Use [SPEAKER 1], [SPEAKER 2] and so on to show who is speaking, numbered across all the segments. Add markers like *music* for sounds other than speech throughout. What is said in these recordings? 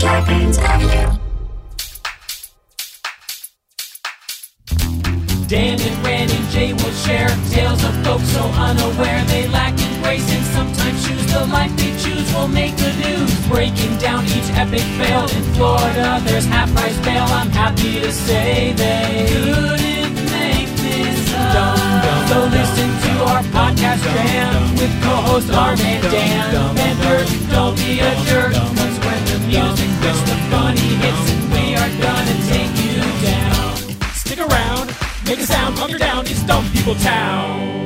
[SPEAKER 1] Scarpins Avenue.
[SPEAKER 2] Dan and Rand and Jay will share tales of folks so unaware they lack in grace and sometimes choose the life they choose will make the news. Breaking down each epic fail in Florida, there's half price bail. I'm happy to say they couldn't make this up. So listen to our podcast jam with co-host Arm and Dan Bender. Don't be a jerk. Once when the music hits, the funny hits, and we are gonna take you down. Stick around, make a sound, hunker down. It's Dumb People Town.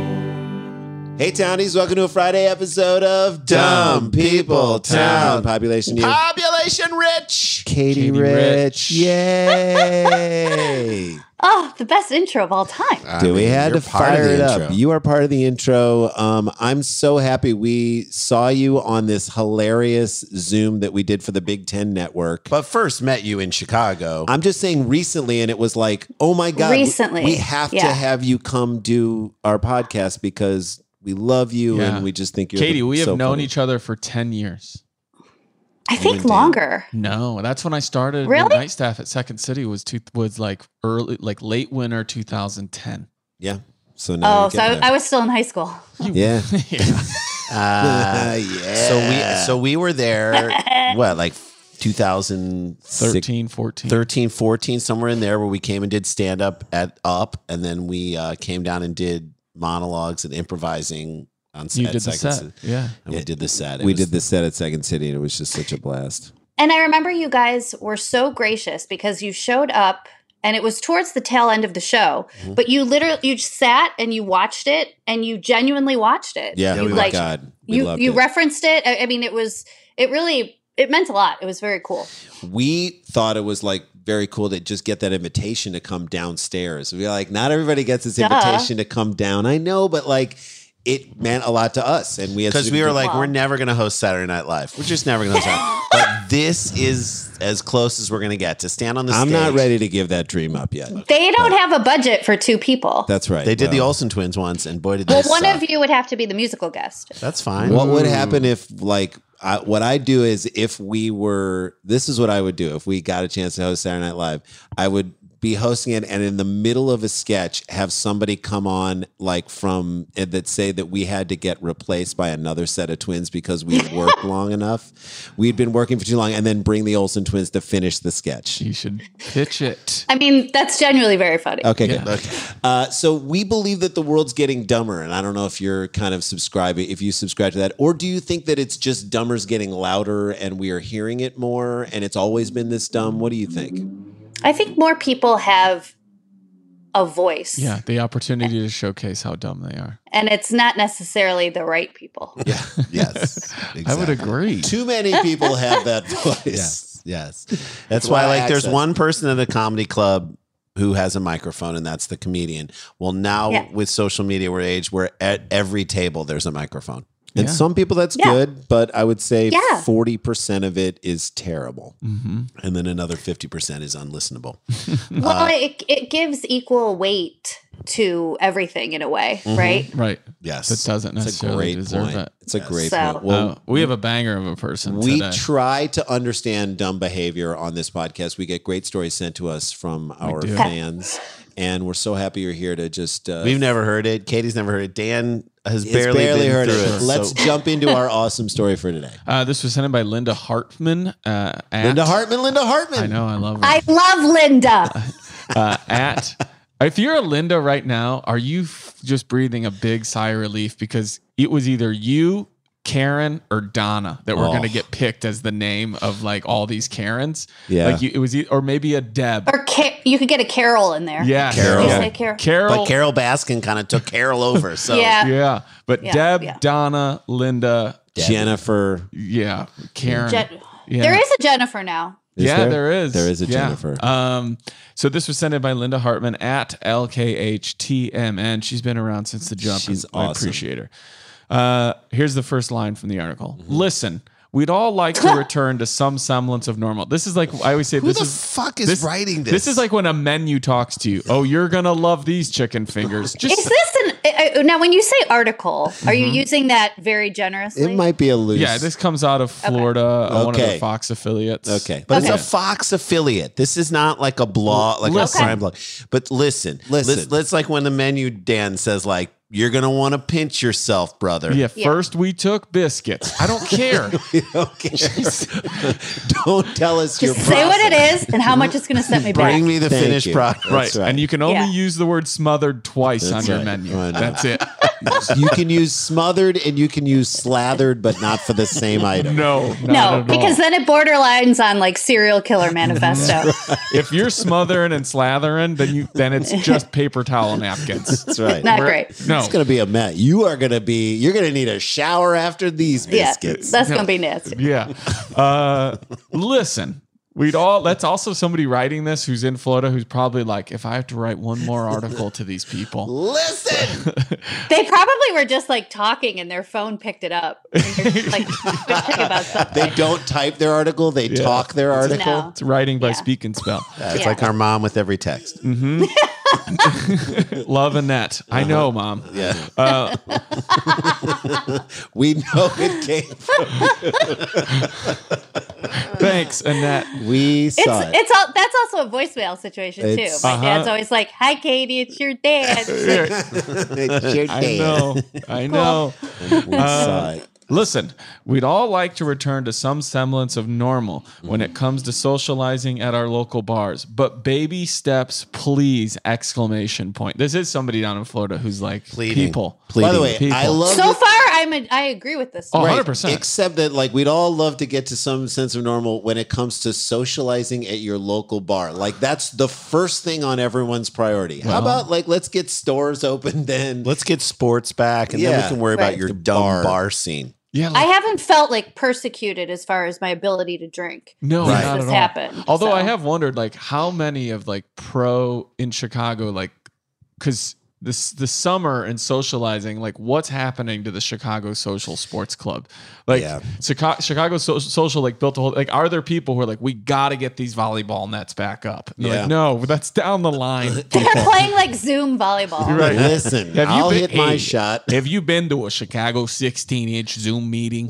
[SPEAKER 3] Hey, townies, welcome to a Friday episode of Dumb People Town. Population you.
[SPEAKER 4] Population rich.
[SPEAKER 3] Katie,
[SPEAKER 4] Katie
[SPEAKER 3] Rich.
[SPEAKER 4] Rich.
[SPEAKER 3] Yay!
[SPEAKER 5] Oh, the best intro of all time.
[SPEAKER 4] I
[SPEAKER 3] Dude, we
[SPEAKER 4] mean,
[SPEAKER 3] had to
[SPEAKER 4] you're part of
[SPEAKER 3] fire
[SPEAKER 4] the
[SPEAKER 3] it up.
[SPEAKER 4] intro.
[SPEAKER 3] You are part of the intro. Um, I'm so happy we saw you on this hilarious Zoom that we did for the Big Ten Network.
[SPEAKER 4] but first met you in
[SPEAKER 3] *laughs*
[SPEAKER 4] Chicago.
[SPEAKER 3] I'm just saying recently, and it was like, oh my God. we-
[SPEAKER 5] Recently,
[SPEAKER 3] We have to
[SPEAKER 5] yeah.
[SPEAKER 3] have you come do our podcast because we love you
[SPEAKER 6] Yeah.
[SPEAKER 3] and we just think you're
[SPEAKER 6] Katie,
[SPEAKER 3] the-
[SPEAKER 6] we have
[SPEAKER 3] so
[SPEAKER 6] known
[SPEAKER 3] funny.
[SPEAKER 6] each other for 10 years.
[SPEAKER 5] I think
[SPEAKER 3] and Dan.
[SPEAKER 5] longer.
[SPEAKER 6] No, that's when I started
[SPEAKER 5] Really?
[SPEAKER 6] the night staff at Second City was two, was like early like late winter 2010.
[SPEAKER 3] Yeah. So now
[SPEAKER 5] Oh,
[SPEAKER 3] you're
[SPEAKER 5] so I,
[SPEAKER 3] getting
[SPEAKER 5] I was still in high school.
[SPEAKER 3] there. *laughs* Yeah.
[SPEAKER 6] *laughs* yeah.
[SPEAKER 3] *laughs*
[SPEAKER 4] Uh,
[SPEAKER 3] yeah.
[SPEAKER 4] so we so we were
[SPEAKER 3] *laughs*
[SPEAKER 4] there. what like 2013,
[SPEAKER 6] 13, 14.
[SPEAKER 4] 14, somewhere in there, where we came and did stand up at Up, and then we uh, came down and did monologues and improvising on set.
[SPEAKER 6] you did the
[SPEAKER 4] Second
[SPEAKER 6] set.
[SPEAKER 4] City.
[SPEAKER 6] Yeah.
[SPEAKER 4] And we did the set. It
[SPEAKER 3] we
[SPEAKER 4] was-
[SPEAKER 3] did the set at Second City, and it was just such a blast.
[SPEAKER 5] And I remember you guys were so gracious because you showed up and it was towards the tail end of the show,
[SPEAKER 3] Mm-hmm.
[SPEAKER 5] but you literally you just sat and you watched it and you genuinely watched it.
[SPEAKER 3] Yeah,
[SPEAKER 5] you
[SPEAKER 3] we
[SPEAKER 5] like
[SPEAKER 3] God, we
[SPEAKER 5] you
[SPEAKER 3] loved
[SPEAKER 5] you
[SPEAKER 3] it.
[SPEAKER 5] referenced it. I, I mean, it was it really it meant a lot. It was very cool.
[SPEAKER 3] we thought it was like very cool to just get that invitation to come downstairs. We were like, not everybody gets this
[SPEAKER 5] Duh.
[SPEAKER 3] invitation to come down. I know, but like, it meant a lot to us, and we had
[SPEAKER 4] because we were like,
[SPEAKER 5] Wow.
[SPEAKER 4] we're never going to host Saturday Night Live. We're just never going to host. Saturday.
[SPEAKER 3] *laughs*
[SPEAKER 4] but this is as close as we're going to get to stand on the.
[SPEAKER 3] I'm not
[SPEAKER 4] stage.
[SPEAKER 3] ready to give that dream up yet.
[SPEAKER 5] They don't have a budget for two people.
[SPEAKER 3] That's right.
[SPEAKER 4] They did the
[SPEAKER 3] Well,
[SPEAKER 4] Olsen twins once, and boy did they.
[SPEAKER 5] well, one
[SPEAKER 4] suck.
[SPEAKER 5] of you would have to be the musical guest.
[SPEAKER 4] That's fine.
[SPEAKER 3] What would happen if like I, what I do is if we *laughs* were this is what I would do if we got a chance to host Saturday Night Live, I would be hosting it and in the middle of a sketch have somebody come on like from eh, that say that we had to get replaced by another set of twins because we worked long enough we'd been working for too long and then bring the olsen twins to finish the sketch
[SPEAKER 6] You should pitch it.
[SPEAKER 5] I mean, that's genuinely very funny.
[SPEAKER 3] okay good
[SPEAKER 6] Yeah.
[SPEAKER 3] Uh, so we believe that the world's getting dumber, and I don't know if you're kind of subscribing, if you subscribe to that, or do you think that it's just dumber's getting louder and we are hearing it more, and it's always been this dumb? What do you think?
[SPEAKER 5] I think more people have a voice.
[SPEAKER 6] Yeah, the opportunity to showcase how dumb they are.
[SPEAKER 5] And it's not necessarily the right people.
[SPEAKER 3] *laughs*
[SPEAKER 4] Yeah. *laughs* Yes.
[SPEAKER 6] I would agree.
[SPEAKER 3] Too many people have that voice.
[SPEAKER 4] *laughs* Yes. Yes. That's, why, like, there's
[SPEAKER 3] access.
[SPEAKER 4] one person at a comedy club who has a microphone, and that's the comedian. Well, now
[SPEAKER 5] Yeah.
[SPEAKER 4] with social media, we're age where at every table there's a microphone.
[SPEAKER 3] And
[SPEAKER 6] Yeah.
[SPEAKER 3] some people that's
[SPEAKER 5] Yeah.
[SPEAKER 3] good, but I would say
[SPEAKER 5] Yeah.
[SPEAKER 3] forty percent of it is terrible,
[SPEAKER 6] hmm
[SPEAKER 4] And then another 50% is unlistenable.
[SPEAKER 5] Well, it, it gives equal weight to everything in a way, right?
[SPEAKER 6] Right. That
[SPEAKER 4] Yes.
[SPEAKER 6] doesn't
[SPEAKER 3] It's a great
[SPEAKER 6] necessarily deserve
[SPEAKER 3] point.
[SPEAKER 6] it.
[SPEAKER 3] It's a great
[SPEAKER 5] So-
[SPEAKER 3] point. Well,
[SPEAKER 6] Uh, we have a banger of a person
[SPEAKER 3] we
[SPEAKER 6] Oh, today.
[SPEAKER 3] try to understand dumb behavior on this podcast. We get great stories sent to us from our
[SPEAKER 6] do.
[SPEAKER 3] fans, and we're so happy you're here to just. Uh,
[SPEAKER 4] We've never heard it. Katie's never heard it. Dan has
[SPEAKER 3] it's
[SPEAKER 4] barely, been
[SPEAKER 3] heard
[SPEAKER 4] through
[SPEAKER 3] it. Let's
[SPEAKER 4] so-
[SPEAKER 3] jump into
[SPEAKER 4] *laughs*
[SPEAKER 3] our awesome story for today.
[SPEAKER 6] uh, this was sent in by Linda Hartman. Uh, at,
[SPEAKER 3] Linda Hartman, Linda Hartman.
[SPEAKER 6] I know, I love her.
[SPEAKER 5] I love Linda.
[SPEAKER 6] uh, at
[SPEAKER 3] *laughs*
[SPEAKER 6] if you're a Linda right now, are you f- just breathing a big sigh of relief because it was either you, Karen, or Donna that were
[SPEAKER 3] Oh.
[SPEAKER 6] going to get picked as the name of like all these Karens?
[SPEAKER 3] Yeah.
[SPEAKER 6] like you, it was, e- or maybe a Deb.
[SPEAKER 5] Or Ca- you could get a Carol in there.
[SPEAKER 6] yeah,
[SPEAKER 4] Carol.
[SPEAKER 5] You
[SPEAKER 6] Yeah.
[SPEAKER 5] say Carol.
[SPEAKER 6] Carol.
[SPEAKER 4] But Carol Baskin kind of took Carol over. So
[SPEAKER 5] Yeah.
[SPEAKER 6] yeah, but
[SPEAKER 5] Yeah,
[SPEAKER 6] Deb,
[SPEAKER 5] yeah.
[SPEAKER 6] Donna, Linda,
[SPEAKER 3] Jennifer.
[SPEAKER 6] yeah, Karen.
[SPEAKER 5] Je-
[SPEAKER 6] yeah.
[SPEAKER 5] There is a Jennifer now.
[SPEAKER 3] Is
[SPEAKER 6] yeah,
[SPEAKER 3] there?
[SPEAKER 6] there is.
[SPEAKER 3] There is a
[SPEAKER 6] Yeah.
[SPEAKER 3] Jennifer.
[SPEAKER 6] Um, so this was sent in by Linda Hartman at LKHTMN. She's been around since the jump.
[SPEAKER 3] She's
[SPEAKER 6] and I
[SPEAKER 3] awesome. Mm-hmm.
[SPEAKER 6] appreciate her. Uh, here's the first line from the article. Listen, We'd all like
[SPEAKER 3] *laughs*
[SPEAKER 6] to return to some semblance of normal. This is like I always say.
[SPEAKER 4] Who
[SPEAKER 6] this
[SPEAKER 4] the
[SPEAKER 6] is
[SPEAKER 4] fuck is
[SPEAKER 6] this-
[SPEAKER 4] writing this?
[SPEAKER 6] This is like when a menu talks to you. Oh, you're gonna love these chicken
[SPEAKER 3] *laughs*
[SPEAKER 6] fingers.
[SPEAKER 5] Is
[SPEAKER 6] Just
[SPEAKER 5] this an uh, uh, now? When you say article, are you using that very generously?
[SPEAKER 3] It might be a loose.
[SPEAKER 6] yeah, this comes out of Florida, uh, one of the
[SPEAKER 3] Okay.
[SPEAKER 6] Fox affiliates.
[SPEAKER 3] Okay.
[SPEAKER 4] But
[SPEAKER 5] Okay.
[SPEAKER 4] it's a Fox affiliate. This is not like a blog, like
[SPEAKER 6] Listen.
[SPEAKER 4] a crime blog. But listen,
[SPEAKER 3] Listen.
[SPEAKER 4] Let's, let's like when the menu Dan says like you're gonna want to pinch yourself, brother. *laughs*
[SPEAKER 6] Yeah,
[SPEAKER 5] Yeah.
[SPEAKER 6] first we took biscuits. I don't
[SPEAKER 3] *laughs*
[SPEAKER 6] care.
[SPEAKER 3] okay. Don't tell us your
[SPEAKER 5] Just say what
[SPEAKER 3] process.
[SPEAKER 5] it is and how much it's going to set me back.
[SPEAKER 4] Bring me the
[SPEAKER 3] Thank
[SPEAKER 4] finished
[SPEAKER 3] you.
[SPEAKER 4] product.
[SPEAKER 6] right.
[SPEAKER 3] That's right.
[SPEAKER 6] And you can only
[SPEAKER 5] Yeah.
[SPEAKER 6] use the word smothered twice on
[SPEAKER 3] That's
[SPEAKER 6] your
[SPEAKER 3] right.
[SPEAKER 6] menu.
[SPEAKER 3] I know.
[SPEAKER 6] That's
[SPEAKER 3] *laughs*
[SPEAKER 6] it.
[SPEAKER 3] You can use smothered and you can use slathered, but not for
[SPEAKER 4] *laughs*
[SPEAKER 3] the same item.
[SPEAKER 6] No, not
[SPEAKER 5] no,
[SPEAKER 6] at all.
[SPEAKER 5] because then it borderlines on like serial killer manifesto.
[SPEAKER 6] if you're smothering and slathering, then you then it's just paper towel
[SPEAKER 3] *laughs*
[SPEAKER 6] napkins.
[SPEAKER 3] That's right.
[SPEAKER 5] Not
[SPEAKER 6] We're-
[SPEAKER 5] great.
[SPEAKER 6] No,
[SPEAKER 3] It's gonna be a mess. You are gonna be. You're gonna need a shower after these
[SPEAKER 5] Yeah,
[SPEAKER 3] biscuits.
[SPEAKER 5] that's going to be nasty.
[SPEAKER 6] yeah. Uh, listen, we'd all. That's also somebody writing this who's in Florida who's probably like, if I have to write one more article to these people,
[SPEAKER 3] Listen,
[SPEAKER 5] They probably were just like talking and their phone picked it up. And they're just, like *laughs* bitching about something.
[SPEAKER 3] they don't type their article. They talk their article.
[SPEAKER 5] No.
[SPEAKER 6] it's writing by
[SPEAKER 5] Yeah.
[SPEAKER 6] speak and spell.
[SPEAKER 4] Yeah, it's
[SPEAKER 5] Yeah.
[SPEAKER 4] like our mom with every text.
[SPEAKER 6] Love Annette. I know, mom.
[SPEAKER 3] Uh-huh. Yeah,
[SPEAKER 6] Uh,
[SPEAKER 3] we know it came.
[SPEAKER 6] thanks, Annette.
[SPEAKER 3] We
[SPEAKER 5] It's
[SPEAKER 3] saw it.
[SPEAKER 5] it's all that's also a voicemail situation
[SPEAKER 3] It's-
[SPEAKER 5] too. My
[SPEAKER 6] Uh-huh.
[SPEAKER 5] dad's always like, "Hi, Katie, it's your dad."
[SPEAKER 4] *laughs*
[SPEAKER 3] It's your
[SPEAKER 6] I
[SPEAKER 3] dad.
[SPEAKER 6] know.
[SPEAKER 3] *laughs*
[SPEAKER 6] I know.
[SPEAKER 3] We saw it.
[SPEAKER 6] Listen, we'd all like to return to some semblance of normal when it comes to socializing at our local bars, but baby steps, please! Exclamation point. This is somebody down in Florida who's like
[SPEAKER 4] Pleading.
[SPEAKER 6] people.
[SPEAKER 3] By the way,
[SPEAKER 6] People.
[SPEAKER 3] I love.
[SPEAKER 5] so
[SPEAKER 3] that-
[SPEAKER 5] far, I'm a, I agree with this.
[SPEAKER 6] Oh,
[SPEAKER 5] one.
[SPEAKER 3] Right.
[SPEAKER 6] 100%.
[SPEAKER 3] Except that, like, we'd all love to get to some sense of normal when it comes to socializing at your local bar. Like, that's the first thing on everyone's priority. How about, like, let's get stores open then?
[SPEAKER 4] Let's get sports back, and then
[SPEAKER 3] Yeah.
[SPEAKER 4] we can worry
[SPEAKER 5] Right.
[SPEAKER 4] about your
[SPEAKER 3] The
[SPEAKER 4] dumb
[SPEAKER 3] bar.
[SPEAKER 4] bar, scene.
[SPEAKER 6] yeah,
[SPEAKER 5] I
[SPEAKER 6] like,
[SPEAKER 5] haven't felt like persecuted as far as my ability to drink.
[SPEAKER 6] no,
[SPEAKER 4] Right.
[SPEAKER 6] not
[SPEAKER 5] This
[SPEAKER 6] at all.
[SPEAKER 5] happened,
[SPEAKER 6] Although I
[SPEAKER 5] so.
[SPEAKER 6] have wondered, like, how many of like pro in Chicago, like, because this the summer and socializing, like, what's happening to the Chicago Social Sports Club? Like,
[SPEAKER 4] Yeah.
[SPEAKER 6] Chicago, Chicago so- Social, like, built a whole. Like, are there people who are like, we got to get these volleyball nets back up? And they're
[SPEAKER 3] Yeah.
[SPEAKER 6] Like, no, that's down the line. *laughs*
[SPEAKER 5] They're playing like Zoom volleyball.
[SPEAKER 6] Right.
[SPEAKER 3] Listen,
[SPEAKER 6] Have you
[SPEAKER 3] I'll
[SPEAKER 6] been-
[SPEAKER 3] hit my
[SPEAKER 6] Hey.
[SPEAKER 3] shot.
[SPEAKER 6] Have you been to a Chicago 16 inch Zoom meeting?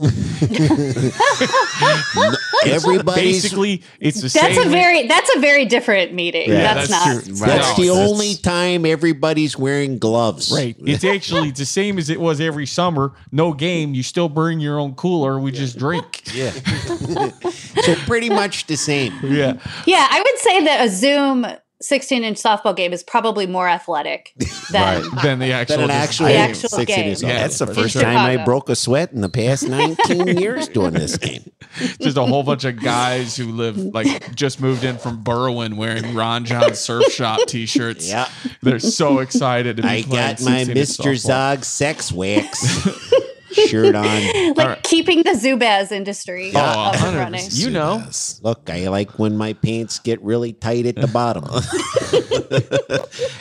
[SPEAKER 3] Everybody's
[SPEAKER 6] Basically, it's the
[SPEAKER 5] That's
[SPEAKER 6] same.
[SPEAKER 5] a very that's a very different meeting.
[SPEAKER 3] Yeah,
[SPEAKER 5] that's,
[SPEAKER 6] that's
[SPEAKER 5] not
[SPEAKER 6] true. Right.
[SPEAKER 3] That's
[SPEAKER 6] No,
[SPEAKER 3] the
[SPEAKER 4] that's-
[SPEAKER 3] only time everybody's wearing gloves.
[SPEAKER 6] Right. It's actually the same as it was every summer. No game. You still bring your own cooler. We
[SPEAKER 3] *laughs*
[SPEAKER 6] just drink.
[SPEAKER 4] Yeah,
[SPEAKER 3] So pretty much the
[SPEAKER 6] *laughs*
[SPEAKER 3] same.
[SPEAKER 6] Yeah.
[SPEAKER 5] Yeah, I would say that a Zoom 16 inch softball game is probably more athletic than
[SPEAKER 6] Then the actual.
[SPEAKER 3] Than an
[SPEAKER 6] just-
[SPEAKER 3] actual,
[SPEAKER 5] The
[SPEAKER 3] game,
[SPEAKER 5] actual
[SPEAKER 3] 16
[SPEAKER 5] game.
[SPEAKER 3] years old.
[SPEAKER 6] Yeah,
[SPEAKER 4] that's the
[SPEAKER 6] for
[SPEAKER 4] first
[SPEAKER 5] sure.
[SPEAKER 4] time I
[SPEAKER 5] Chicago.
[SPEAKER 4] broke a sweat in the past 19 years doing this game.
[SPEAKER 6] just a whole bunch of guys who live like just moved in from Berwyn wearing Ron John Surf Shop T-shirts.
[SPEAKER 3] Yeah.
[SPEAKER 6] They're so excited to be
[SPEAKER 3] I
[SPEAKER 6] playing
[SPEAKER 3] got my
[SPEAKER 6] 16 inch
[SPEAKER 3] Mr.
[SPEAKER 6] softball.
[SPEAKER 3] Zog sex wax
[SPEAKER 6] *laughs*
[SPEAKER 3] shirt on.
[SPEAKER 5] like
[SPEAKER 6] right.
[SPEAKER 5] keeping the Zubaz industry
[SPEAKER 6] Yeah.
[SPEAKER 5] up
[SPEAKER 6] Oh,
[SPEAKER 5] and running.
[SPEAKER 6] 100%. You know.
[SPEAKER 4] Yes.
[SPEAKER 3] Look, I like when my pants get really tight at the
[SPEAKER 6] *laughs*
[SPEAKER 3] bottom.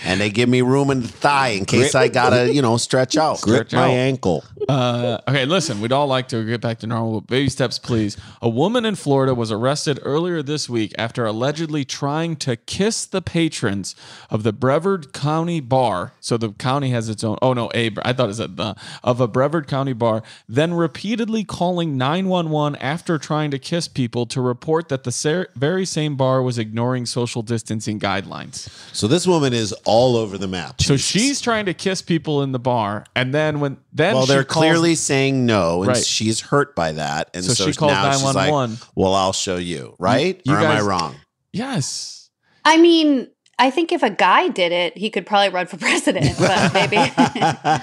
[SPEAKER 4] and they give me room in the thigh in case I gotta, you know, stretch out.
[SPEAKER 3] Grip
[SPEAKER 6] Stretch
[SPEAKER 3] my
[SPEAKER 6] out.
[SPEAKER 3] ankle.
[SPEAKER 6] Uh, okay, listen, we'd all like to get back to normal, but baby steps, please. A woman in Florida was arrested earlier this week after allegedly trying to kiss the patrons of the Brevard County Bar. So the county has its own. Oh no, a I thought it said the of a Brevard County bar. Then repeatedly calling nine one one after trying to kiss people to report that the ser- very same bar was ignoring social distancing guidelines.
[SPEAKER 3] So this woman is all over the map.
[SPEAKER 6] So she's trying to kiss people in the bar, and then when then
[SPEAKER 4] Well,
[SPEAKER 6] she
[SPEAKER 4] they're
[SPEAKER 6] calls-
[SPEAKER 4] clearly saying no, and
[SPEAKER 6] Right.
[SPEAKER 4] she's hurt by that, and
[SPEAKER 6] So
[SPEAKER 4] so,
[SPEAKER 6] she called
[SPEAKER 4] now she's like,
[SPEAKER 6] 911.
[SPEAKER 4] "Well, I'll show you, right?
[SPEAKER 6] You
[SPEAKER 4] or am
[SPEAKER 6] guys-
[SPEAKER 4] I wrong?"
[SPEAKER 6] yes.
[SPEAKER 5] I mean, I think if a guy did it, he could probably run for *laughs* president, but
[SPEAKER 6] *laughs*
[SPEAKER 5] maybe *laughs*
[SPEAKER 6] I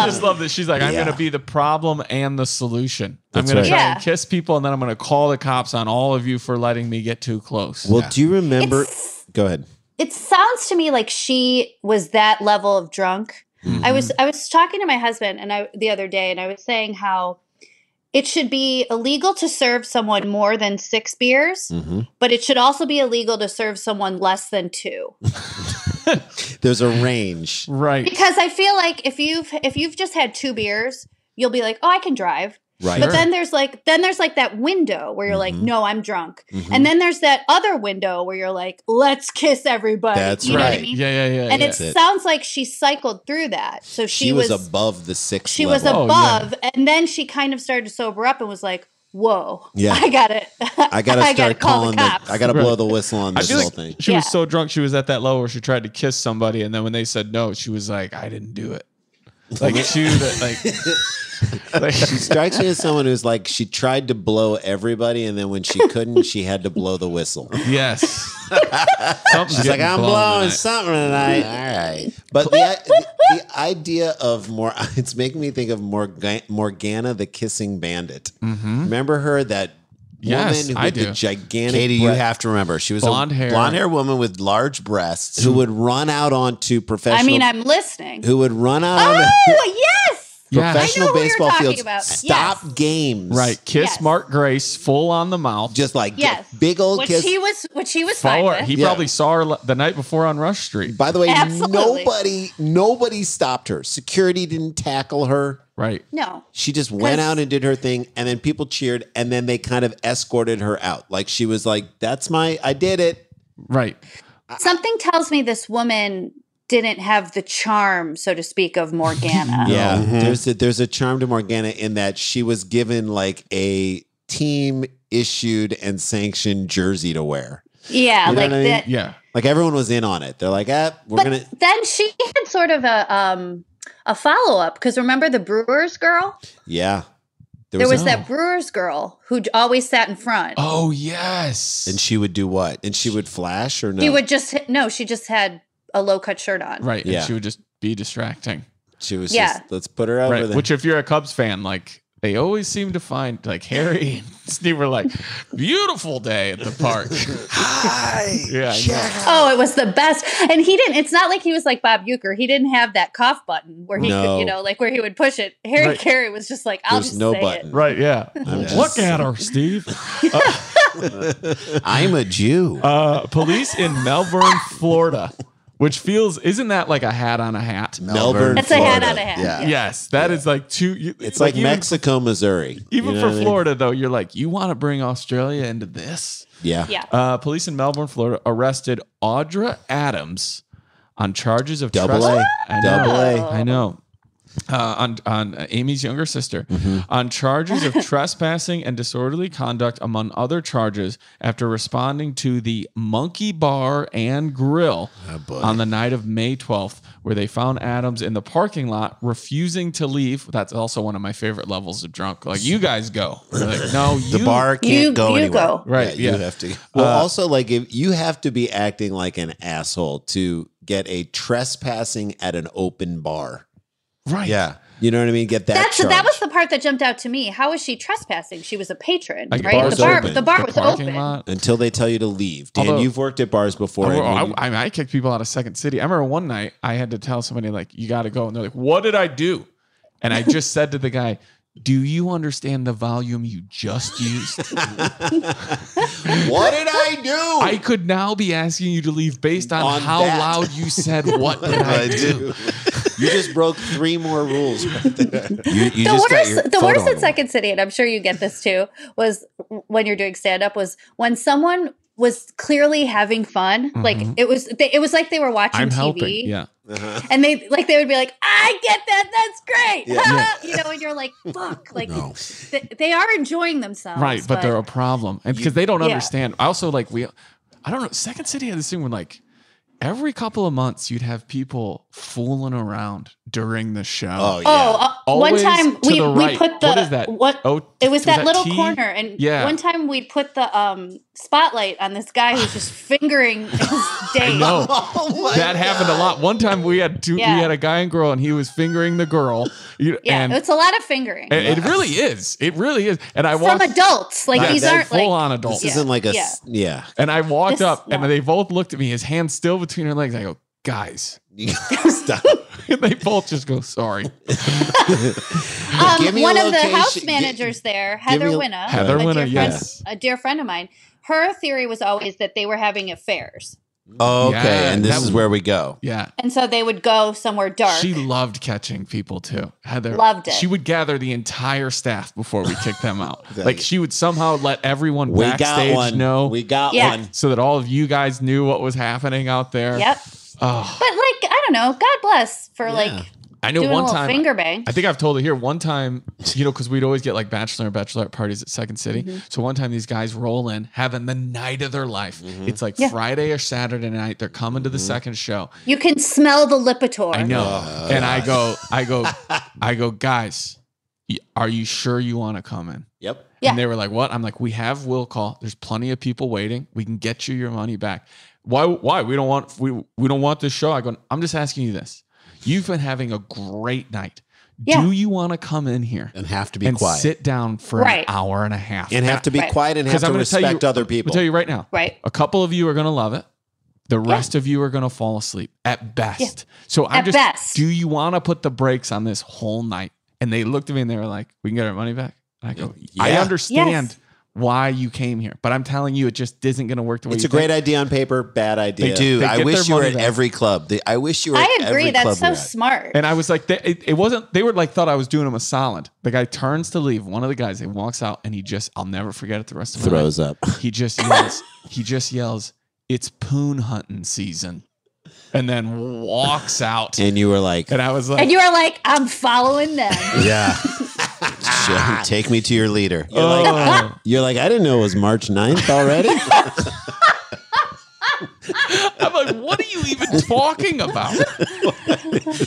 [SPEAKER 5] Um,
[SPEAKER 6] just love that she's like, I'm
[SPEAKER 4] yeah.
[SPEAKER 6] going to be the problem and the solution. I'm
[SPEAKER 3] That's
[SPEAKER 6] going
[SPEAKER 3] right.
[SPEAKER 6] to try
[SPEAKER 5] Yeah.
[SPEAKER 6] and kiss people, and then I'm going to call the cops on all of you for letting me get too close.
[SPEAKER 3] Well, do you remember? Go ahead.
[SPEAKER 5] it sounds to me like she was that level of drunk. I was
[SPEAKER 6] Mm-hmm.
[SPEAKER 5] I was talking to my husband and I the other day and I was saying how it should be illegal to serve someone more than 6 beers,
[SPEAKER 6] Mm-hmm.
[SPEAKER 5] but it should also be illegal to serve someone less than
[SPEAKER 6] *laughs*
[SPEAKER 5] 2.
[SPEAKER 3] There's a range.
[SPEAKER 6] right.
[SPEAKER 5] Because I feel like if you've if you've just had 2 beers, you'll be like, "Oh, I can drive."
[SPEAKER 3] Right.
[SPEAKER 5] But then there's like then there's like that window where you're like,
[SPEAKER 3] Mhm.
[SPEAKER 5] no, I'm drunk.
[SPEAKER 3] Mhm.
[SPEAKER 5] And then there's that other window where you're like, let's kiss everybody.
[SPEAKER 3] That's
[SPEAKER 5] you know what I
[SPEAKER 3] right.
[SPEAKER 5] mean?
[SPEAKER 6] Yeah, yeah, yeah.
[SPEAKER 5] and
[SPEAKER 6] yeah.
[SPEAKER 5] it
[SPEAKER 3] it.
[SPEAKER 5] sounds like she cycled through that. So she,
[SPEAKER 3] she, was,
[SPEAKER 5] was
[SPEAKER 3] above the
[SPEAKER 5] *laughs*
[SPEAKER 3] sixth.
[SPEAKER 5] she was
[SPEAKER 3] level.
[SPEAKER 6] Oh, yeah.
[SPEAKER 5] above and then she kind of started to sober up and was like whoa
[SPEAKER 3] Yeah.
[SPEAKER 5] *laughs* i got it
[SPEAKER 3] I gotta start calling the, I gotta
[SPEAKER 6] Right.
[SPEAKER 3] blow the whistle on
[SPEAKER 6] I
[SPEAKER 3] this
[SPEAKER 6] feel
[SPEAKER 3] whole
[SPEAKER 6] like
[SPEAKER 3] thing.
[SPEAKER 6] she
[SPEAKER 5] Yeah.
[SPEAKER 6] was so drunk she was at that level where she tried to kiss somebody, and then when they said no, she was like, "I didn't do it."
[SPEAKER 3] *laughs*
[SPEAKER 6] Like she, was like, like
[SPEAKER 3] She strikes me as someone who's like she tried to blow everybody, and then when
[SPEAKER 6] *laughs*
[SPEAKER 3] she couldn't, she had to blow the whistle. *laughs*
[SPEAKER 6] *laughs* yes. Something's
[SPEAKER 3] She's like,
[SPEAKER 6] getting
[SPEAKER 3] I'm
[SPEAKER 6] blown
[SPEAKER 3] blowing
[SPEAKER 6] tonight."
[SPEAKER 3] something tonight. All right. But the, i- the, the idea of more, *laughs* it's making me think of Morga- Morgana the Kissing Bandit.
[SPEAKER 6] Mm-hmm.
[SPEAKER 3] Remember her, that
[SPEAKER 6] Yes,
[SPEAKER 3] woman
[SPEAKER 6] I
[SPEAKER 3] with
[SPEAKER 6] do.
[SPEAKER 3] the gigantic
[SPEAKER 4] Katie, you
[SPEAKER 3] breasts
[SPEAKER 4] have to remember she was
[SPEAKER 6] Blonde
[SPEAKER 4] a
[SPEAKER 6] hair.
[SPEAKER 4] blonde hair woman with large breasts.
[SPEAKER 3] who would run out onto professional,
[SPEAKER 5] i mean i'm listening
[SPEAKER 3] who would run out on
[SPEAKER 5] oh
[SPEAKER 3] onto
[SPEAKER 5] yes
[SPEAKER 6] Yeah.
[SPEAKER 3] professional
[SPEAKER 5] Oh, I know who you're
[SPEAKER 3] baseball
[SPEAKER 5] talking
[SPEAKER 3] fields,
[SPEAKER 5] about.
[SPEAKER 3] stop
[SPEAKER 5] Yes.
[SPEAKER 3] games.
[SPEAKER 6] Right, kiss
[SPEAKER 5] Yes.
[SPEAKER 6] Mark Grace full on the mouth.
[SPEAKER 3] Just like
[SPEAKER 5] yes
[SPEAKER 3] big old
[SPEAKER 5] which
[SPEAKER 3] kiss.
[SPEAKER 5] he was which he was fine
[SPEAKER 6] Follow her.
[SPEAKER 5] with.
[SPEAKER 6] He
[SPEAKER 3] Yeah.
[SPEAKER 6] probably saw her le- the night before on Rush Street.
[SPEAKER 3] By the way,
[SPEAKER 5] Absolutely.
[SPEAKER 3] nobody nobody stopped her. Security didn't tackle her.
[SPEAKER 6] Right.
[SPEAKER 5] no
[SPEAKER 3] She just went
[SPEAKER 5] 'Cause-
[SPEAKER 3] out and did her thing, and then people cheered, and then they kind of escorted her out. Like she was like, "That's my, I did it."
[SPEAKER 6] Right.
[SPEAKER 5] something tells me this woman didn't have the charm so to speak of morgana
[SPEAKER 3] *laughs* Yeah,
[SPEAKER 4] Mhm.
[SPEAKER 3] there's a, there's a charm to Morgana in that she was given like a team issued and sanctioned jersey to wear.
[SPEAKER 5] yeah
[SPEAKER 3] You know
[SPEAKER 5] like
[SPEAKER 3] what I mean?
[SPEAKER 5] that
[SPEAKER 6] Yeah.
[SPEAKER 3] Like everyone was in on it. They're like, "Ah, we're
[SPEAKER 5] but
[SPEAKER 3] gonna."
[SPEAKER 5] then she had sort of a um a follow-up because remember the brewers girl
[SPEAKER 3] Yeah,
[SPEAKER 5] there was,
[SPEAKER 3] a-
[SPEAKER 5] that brewers girl who always sat in front
[SPEAKER 6] Oh yes.
[SPEAKER 3] and she would do what? And she would flash or no?
[SPEAKER 5] She would just no. She just had a low cut shirt on.
[SPEAKER 6] right.
[SPEAKER 3] Yeah.
[SPEAKER 6] And she would just be distracting.
[SPEAKER 3] She was
[SPEAKER 5] Yeah.
[SPEAKER 3] just, "Let's put her over
[SPEAKER 6] right.
[SPEAKER 3] there."
[SPEAKER 6] Which, if you're a Cubs fan, like they always seem to find
[SPEAKER 3] *laughs*
[SPEAKER 6] like Harry and Steve were like, beautiful day at the park.
[SPEAKER 3] Hi.
[SPEAKER 6] *laughs* Yeah, I know.
[SPEAKER 5] Oh, it was the best. And he didn't. It's not like he was like Bob Euchre. He didn't have that cough button where he
[SPEAKER 3] No.
[SPEAKER 5] could, you know, like where he would push it. Harry
[SPEAKER 6] Right.
[SPEAKER 5] Carey was just like, I'll
[SPEAKER 3] There's
[SPEAKER 5] just
[SPEAKER 3] no
[SPEAKER 5] say
[SPEAKER 3] button.
[SPEAKER 5] it.
[SPEAKER 6] Right. Yeah.
[SPEAKER 3] just-
[SPEAKER 6] Look at her, Steve.
[SPEAKER 4] I'm a Jew.
[SPEAKER 6] Uh, police in Melbourne, Florida, which feels isn't that like a hat on a hat?
[SPEAKER 3] Melbourne,
[SPEAKER 5] That's a hat
[SPEAKER 3] Florida.
[SPEAKER 5] on a hat.
[SPEAKER 4] Yeah.
[SPEAKER 5] Yeah.
[SPEAKER 6] Yes, that is like two. you-
[SPEAKER 3] It's like,
[SPEAKER 6] even,
[SPEAKER 3] Mexico, Missouri.
[SPEAKER 6] even
[SPEAKER 3] You know
[SPEAKER 6] for
[SPEAKER 3] what I mean?
[SPEAKER 6] Florida though, you're like you want to bring Australia into this.
[SPEAKER 3] Yeah.
[SPEAKER 5] Yeah.
[SPEAKER 6] Uh, police in Melbourne, Florida, arrested Audra Adams on charges of
[SPEAKER 3] Double
[SPEAKER 6] trespass-
[SPEAKER 3] A.
[SPEAKER 6] I know.
[SPEAKER 3] Double
[SPEAKER 5] A.
[SPEAKER 4] Um,
[SPEAKER 6] I know. Uh, on on uh, Amy's younger sister,
[SPEAKER 4] Mm-hmm.
[SPEAKER 6] on
[SPEAKER 4] *laughs*
[SPEAKER 6] charges of trespassing and disorderly conduct, among other charges, after responding to the Monkey Bar and Grill
[SPEAKER 4] Ah,
[SPEAKER 6] on the night of May 12th, where they found Adams in the parking lot refusing to leave. That's also one of my favorite levels of drunk. Like you guys go, They're like,
[SPEAKER 4] *laughs*
[SPEAKER 6] no,
[SPEAKER 4] the
[SPEAKER 6] you-
[SPEAKER 4] bar can't
[SPEAKER 5] you
[SPEAKER 4] go
[SPEAKER 5] you
[SPEAKER 4] anywhere.
[SPEAKER 5] go.
[SPEAKER 6] right? Yeah,
[SPEAKER 4] you have to.
[SPEAKER 3] Well, also, like, if you have to be acting like an asshole to get a trespassing at an open bar.
[SPEAKER 6] right.
[SPEAKER 4] Yeah,
[SPEAKER 3] You know what I mean? Get that.
[SPEAKER 5] That's
[SPEAKER 3] charge.
[SPEAKER 5] that was the part that jumped out to me. How was she trespassing? She was a patron,
[SPEAKER 6] Like,
[SPEAKER 5] right?
[SPEAKER 3] bar's
[SPEAKER 5] The bar,
[SPEAKER 3] open.
[SPEAKER 5] the bar was
[SPEAKER 6] parking
[SPEAKER 5] open.
[SPEAKER 6] lot.
[SPEAKER 3] until they tell you to leave. Dan,
[SPEAKER 6] Although-
[SPEAKER 3] you've worked at bars before.
[SPEAKER 6] Oh,
[SPEAKER 3] and
[SPEAKER 6] I,
[SPEAKER 3] when you-
[SPEAKER 6] I mean, I kicked people out of Second City. I remember one night I had to tell somebody like, "You got to go," and they're like, "What did I do?" And I just said to the guy, "Do you understand the volume you just used?"
[SPEAKER 3] what did I do?
[SPEAKER 6] I could now be asking you to leave based on,
[SPEAKER 3] On
[SPEAKER 6] how
[SPEAKER 3] that.
[SPEAKER 6] loud you said. What did I do?
[SPEAKER 3] you just broke three more rules. right there.
[SPEAKER 4] you, you
[SPEAKER 5] the
[SPEAKER 4] just got your
[SPEAKER 5] worst the
[SPEAKER 4] photo
[SPEAKER 5] worst
[SPEAKER 4] on
[SPEAKER 5] in
[SPEAKER 4] the
[SPEAKER 5] second city and i'm sure you get this too was when you're doing stand up was when someone was clearly having fun like it was they, it was like they were watching
[SPEAKER 6] Mm-hmm. I'm
[SPEAKER 5] tv
[SPEAKER 6] helping. Yeah,
[SPEAKER 5] and they like they would be like i get that that's great
[SPEAKER 3] Yeah.
[SPEAKER 5] *laughs* you know and you're like fuck like
[SPEAKER 4] No.
[SPEAKER 5] they, they are enjoying themselves Oh,
[SPEAKER 6] right. But they're a problem, and because they don't
[SPEAKER 5] Yeah.
[SPEAKER 6] understand. I also like we, I don't know. Second City had this thing where like. Every couple of months, you'd have people fooling around during the show.
[SPEAKER 3] Oh, yeah.
[SPEAKER 5] Oh, uh, one
[SPEAKER 6] Always
[SPEAKER 5] time
[SPEAKER 6] to
[SPEAKER 5] we,
[SPEAKER 6] the
[SPEAKER 5] we
[SPEAKER 6] right.
[SPEAKER 5] put the
[SPEAKER 6] What is that?
[SPEAKER 5] what-
[SPEAKER 6] Oh,
[SPEAKER 5] it was
[SPEAKER 6] was
[SPEAKER 5] that,
[SPEAKER 6] that
[SPEAKER 5] little
[SPEAKER 6] tea?
[SPEAKER 5] corner, and
[SPEAKER 6] Yeah.
[SPEAKER 5] one time we put the um spotlight on this guy who's
[SPEAKER 6] *sighs*
[SPEAKER 5] just fingering
[SPEAKER 6] *laughs*
[SPEAKER 5] his date. *laughs*
[SPEAKER 6] No,
[SPEAKER 3] Oh my
[SPEAKER 6] that happened a lot. One time we had two,
[SPEAKER 5] Yeah.
[SPEAKER 6] we had a guy and girl, and he was fingering the girl. You-
[SPEAKER 5] Yeah,
[SPEAKER 6] and,
[SPEAKER 5] it's a lot of fingering
[SPEAKER 6] and it really is. It really is. And I
[SPEAKER 5] from
[SPEAKER 6] walked
[SPEAKER 5] adults. Like
[SPEAKER 3] Yeah,
[SPEAKER 5] these
[SPEAKER 3] they're
[SPEAKER 5] aren't
[SPEAKER 6] full
[SPEAKER 5] like
[SPEAKER 6] on adult.
[SPEAKER 3] This isn't like a. s- Yeah.
[SPEAKER 6] and I walked
[SPEAKER 5] This-
[SPEAKER 6] up, and
[SPEAKER 5] yeah.
[SPEAKER 6] they both looked at me, his hand still between her legs. I go, guys, *laughs*
[SPEAKER 5] *laughs*
[SPEAKER 3] Stop.
[SPEAKER 6] and they both just go, sorry.
[SPEAKER 5] um,
[SPEAKER 3] Give me a
[SPEAKER 5] one of the
[SPEAKER 3] location.
[SPEAKER 5] house
[SPEAKER 3] Gi-
[SPEAKER 5] managers there,
[SPEAKER 3] give me
[SPEAKER 5] Heather
[SPEAKER 3] a-
[SPEAKER 5] Winna,
[SPEAKER 6] Heather
[SPEAKER 5] a
[SPEAKER 6] Winna,
[SPEAKER 5] dear friend,
[SPEAKER 6] yes.
[SPEAKER 5] a dear friend of mine. Her theory was always that they were having affairs.
[SPEAKER 4] Oh, okay,
[SPEAKER 6] Yeah,
[SPEAKER 4] and this
[SPEAKER 6] that-
[SPEAKER 4] is where we go.
[SPEAKER 6] Yeah.
[SPEAKER 5] And so they would go somewhere dark.
[SPEAKER 6] She loved catching people too. Heather
[SPEAKER 5] Loved it.
[SPEAKER 6] She would gather the entire staff before we kicked
[SPEAKER 3] *laughs*
[SPEAKER 6] them out. like she would somehow let everyone
[SPEAKER 3] We
[SPEAKER 6] backstage
[SPEAKER 3] got one.
[SPEAKER 6] know
[SPEAKER 3] We got
[SPEAKER 5] Yeah.
[SPEAKER 3] one.
[SPEAKER 6] so that all of you guys knew what was happening out there.
[SPEAKER 5] yep.
[SPEAKER 6] Oh,
[SPEAKER 5] But like, I don't know. God bless for like
[SPEAKER 6] I know
[SPEAKER 5] doing a
[SPEAKER 6] one
[SPEAKER 5] little
[SPEAKER 6] time
[SPEAKER 5] finger bang.
[SPEAKER 6] I think I've told it here one time, you know, because we'd always get like bachelor and bachelorette parties at Second City.
[SPEAKER 5] Mm-hmm.
[SPEAKER 6] So one time these guys roll in having the night of their life.
[SPEAKER 3] Mm-hmm.
[SPEAKER 6] It's like
[SPEAKER 5] Yeah.
[SPEAKER 6] Friday or Saturday night. They're coming to the second show.
[SPEAKER 5] you can smell the Lipitor.
[SPEAKER 6] I know. and I go, I go, I go, guys, y- are you sure you want to come in?
[SPEAKER 3] Yep.
[SPEAKER 5] Yeah.
[SPEAKER 6] And they were like, "What?" I'm like, "We have will call. There's plenty of people waiting. We can get you your money back. Why? Why? We don't want we we don't want this show." I go, "I'm just asking you this. You've been having a great night.
[SPEAKER 5] Yeah.
[SPEAKER 6] Do you want to come in here
[SPEAKER 4] And have to be
[SPEAKER 6] and
[SPEAKER 4] quiet.
[SPEAKER 6] sit down for
[SPEAKER 5] Right.
[SPEAKER 6] an hour and a half
[SPEAKER 3] And have to be
[SPEAKER 5] Right.
[SPEAKER 3] quiet and have
[SPEAKER 6] Because
[SPEAKER 3] to
[SPEAKER 6] I'm going to tell
[SPEAKER 3] respect
[SPEAKER 6] you,
[SPEAKER 3] other
[SPEAKER 6] I'll
[SPEAKER 3] people.
[SPEAKER 6] tell you right now.
[SPEAKER 5] Right.
[SPEAKER 6] A couple of you are going to love it. The rest of you are going to fall asleep at best. So I'm
[SPEAKER 5] At
[SPEAKER 6] just,
[SPEAKER 5] best.
[SPEAKER 6] do you want to put the brakes on this whole night? And they looked at me and they were like, we can get our money back. And I go, I
[SPEAKER 3] Yeah.
[SPEAKER 6] understand
[SPEAKER 5] Yes.
[SPEAKER 6] why you came here, but I'm telling you, it just isn't going to work the way
[SPEAKER 3] it's
[SPEAKER 6] you
[SPEAKER 3] a great
[SPEAKER 6] think.
[SPEAKER 3] idea on paper, bad idea.
[SPEAKER 4] They do.
[SPEAKER 6] They
[SPEAKER 4] I
[SPEAKER 6] get their
[SPEAKER 4] wish you were
[SPEAKER 6] money
[SPEAKER 4] at
[SPEAKER 6] back.
[SPEAKER 4] every club. They, I wish you were.
[SPEAKER 5] I
[SPEAKER 4] at
[SPEAKER 5] agree.
[SPEAKER 4] Every club
[SPEAKER 5] That's so
[SPEAKER 4] we're at.
[SPEAKER 5] smart.
[SPEAKER 6] And I was like, they, it, it wasn't, they were like, thought I was doing them a solid. The guy turns to leave. One of the guys, he walks out and he just, I'll never forget it the rest of my life.
[SPEAKER 3] Throws up.
[SPEAKER 6] He just yells, he just yells, it's poon hunting season. And then walks out.
[SPEAKER 3] And you were
[SPEAKER 6] *laughs*
[SPEAKER 3] like,
[SPEAKER 6] And I was like,
[SPEAKER 5] And you are like, I'm following
[SPEAKER 4] *laughs*
[SPEAKER 5] them.
[SPEAKER 4] Yeah. Sure. Take me to your leader.
[SPEAKER 3] you're,
[SPEAKER 6] "Oh."
[SPEAKER 3] like you're like, I didn't know it was March 9th already.
[SPEAKER 6] I'm like, what are you even talking about?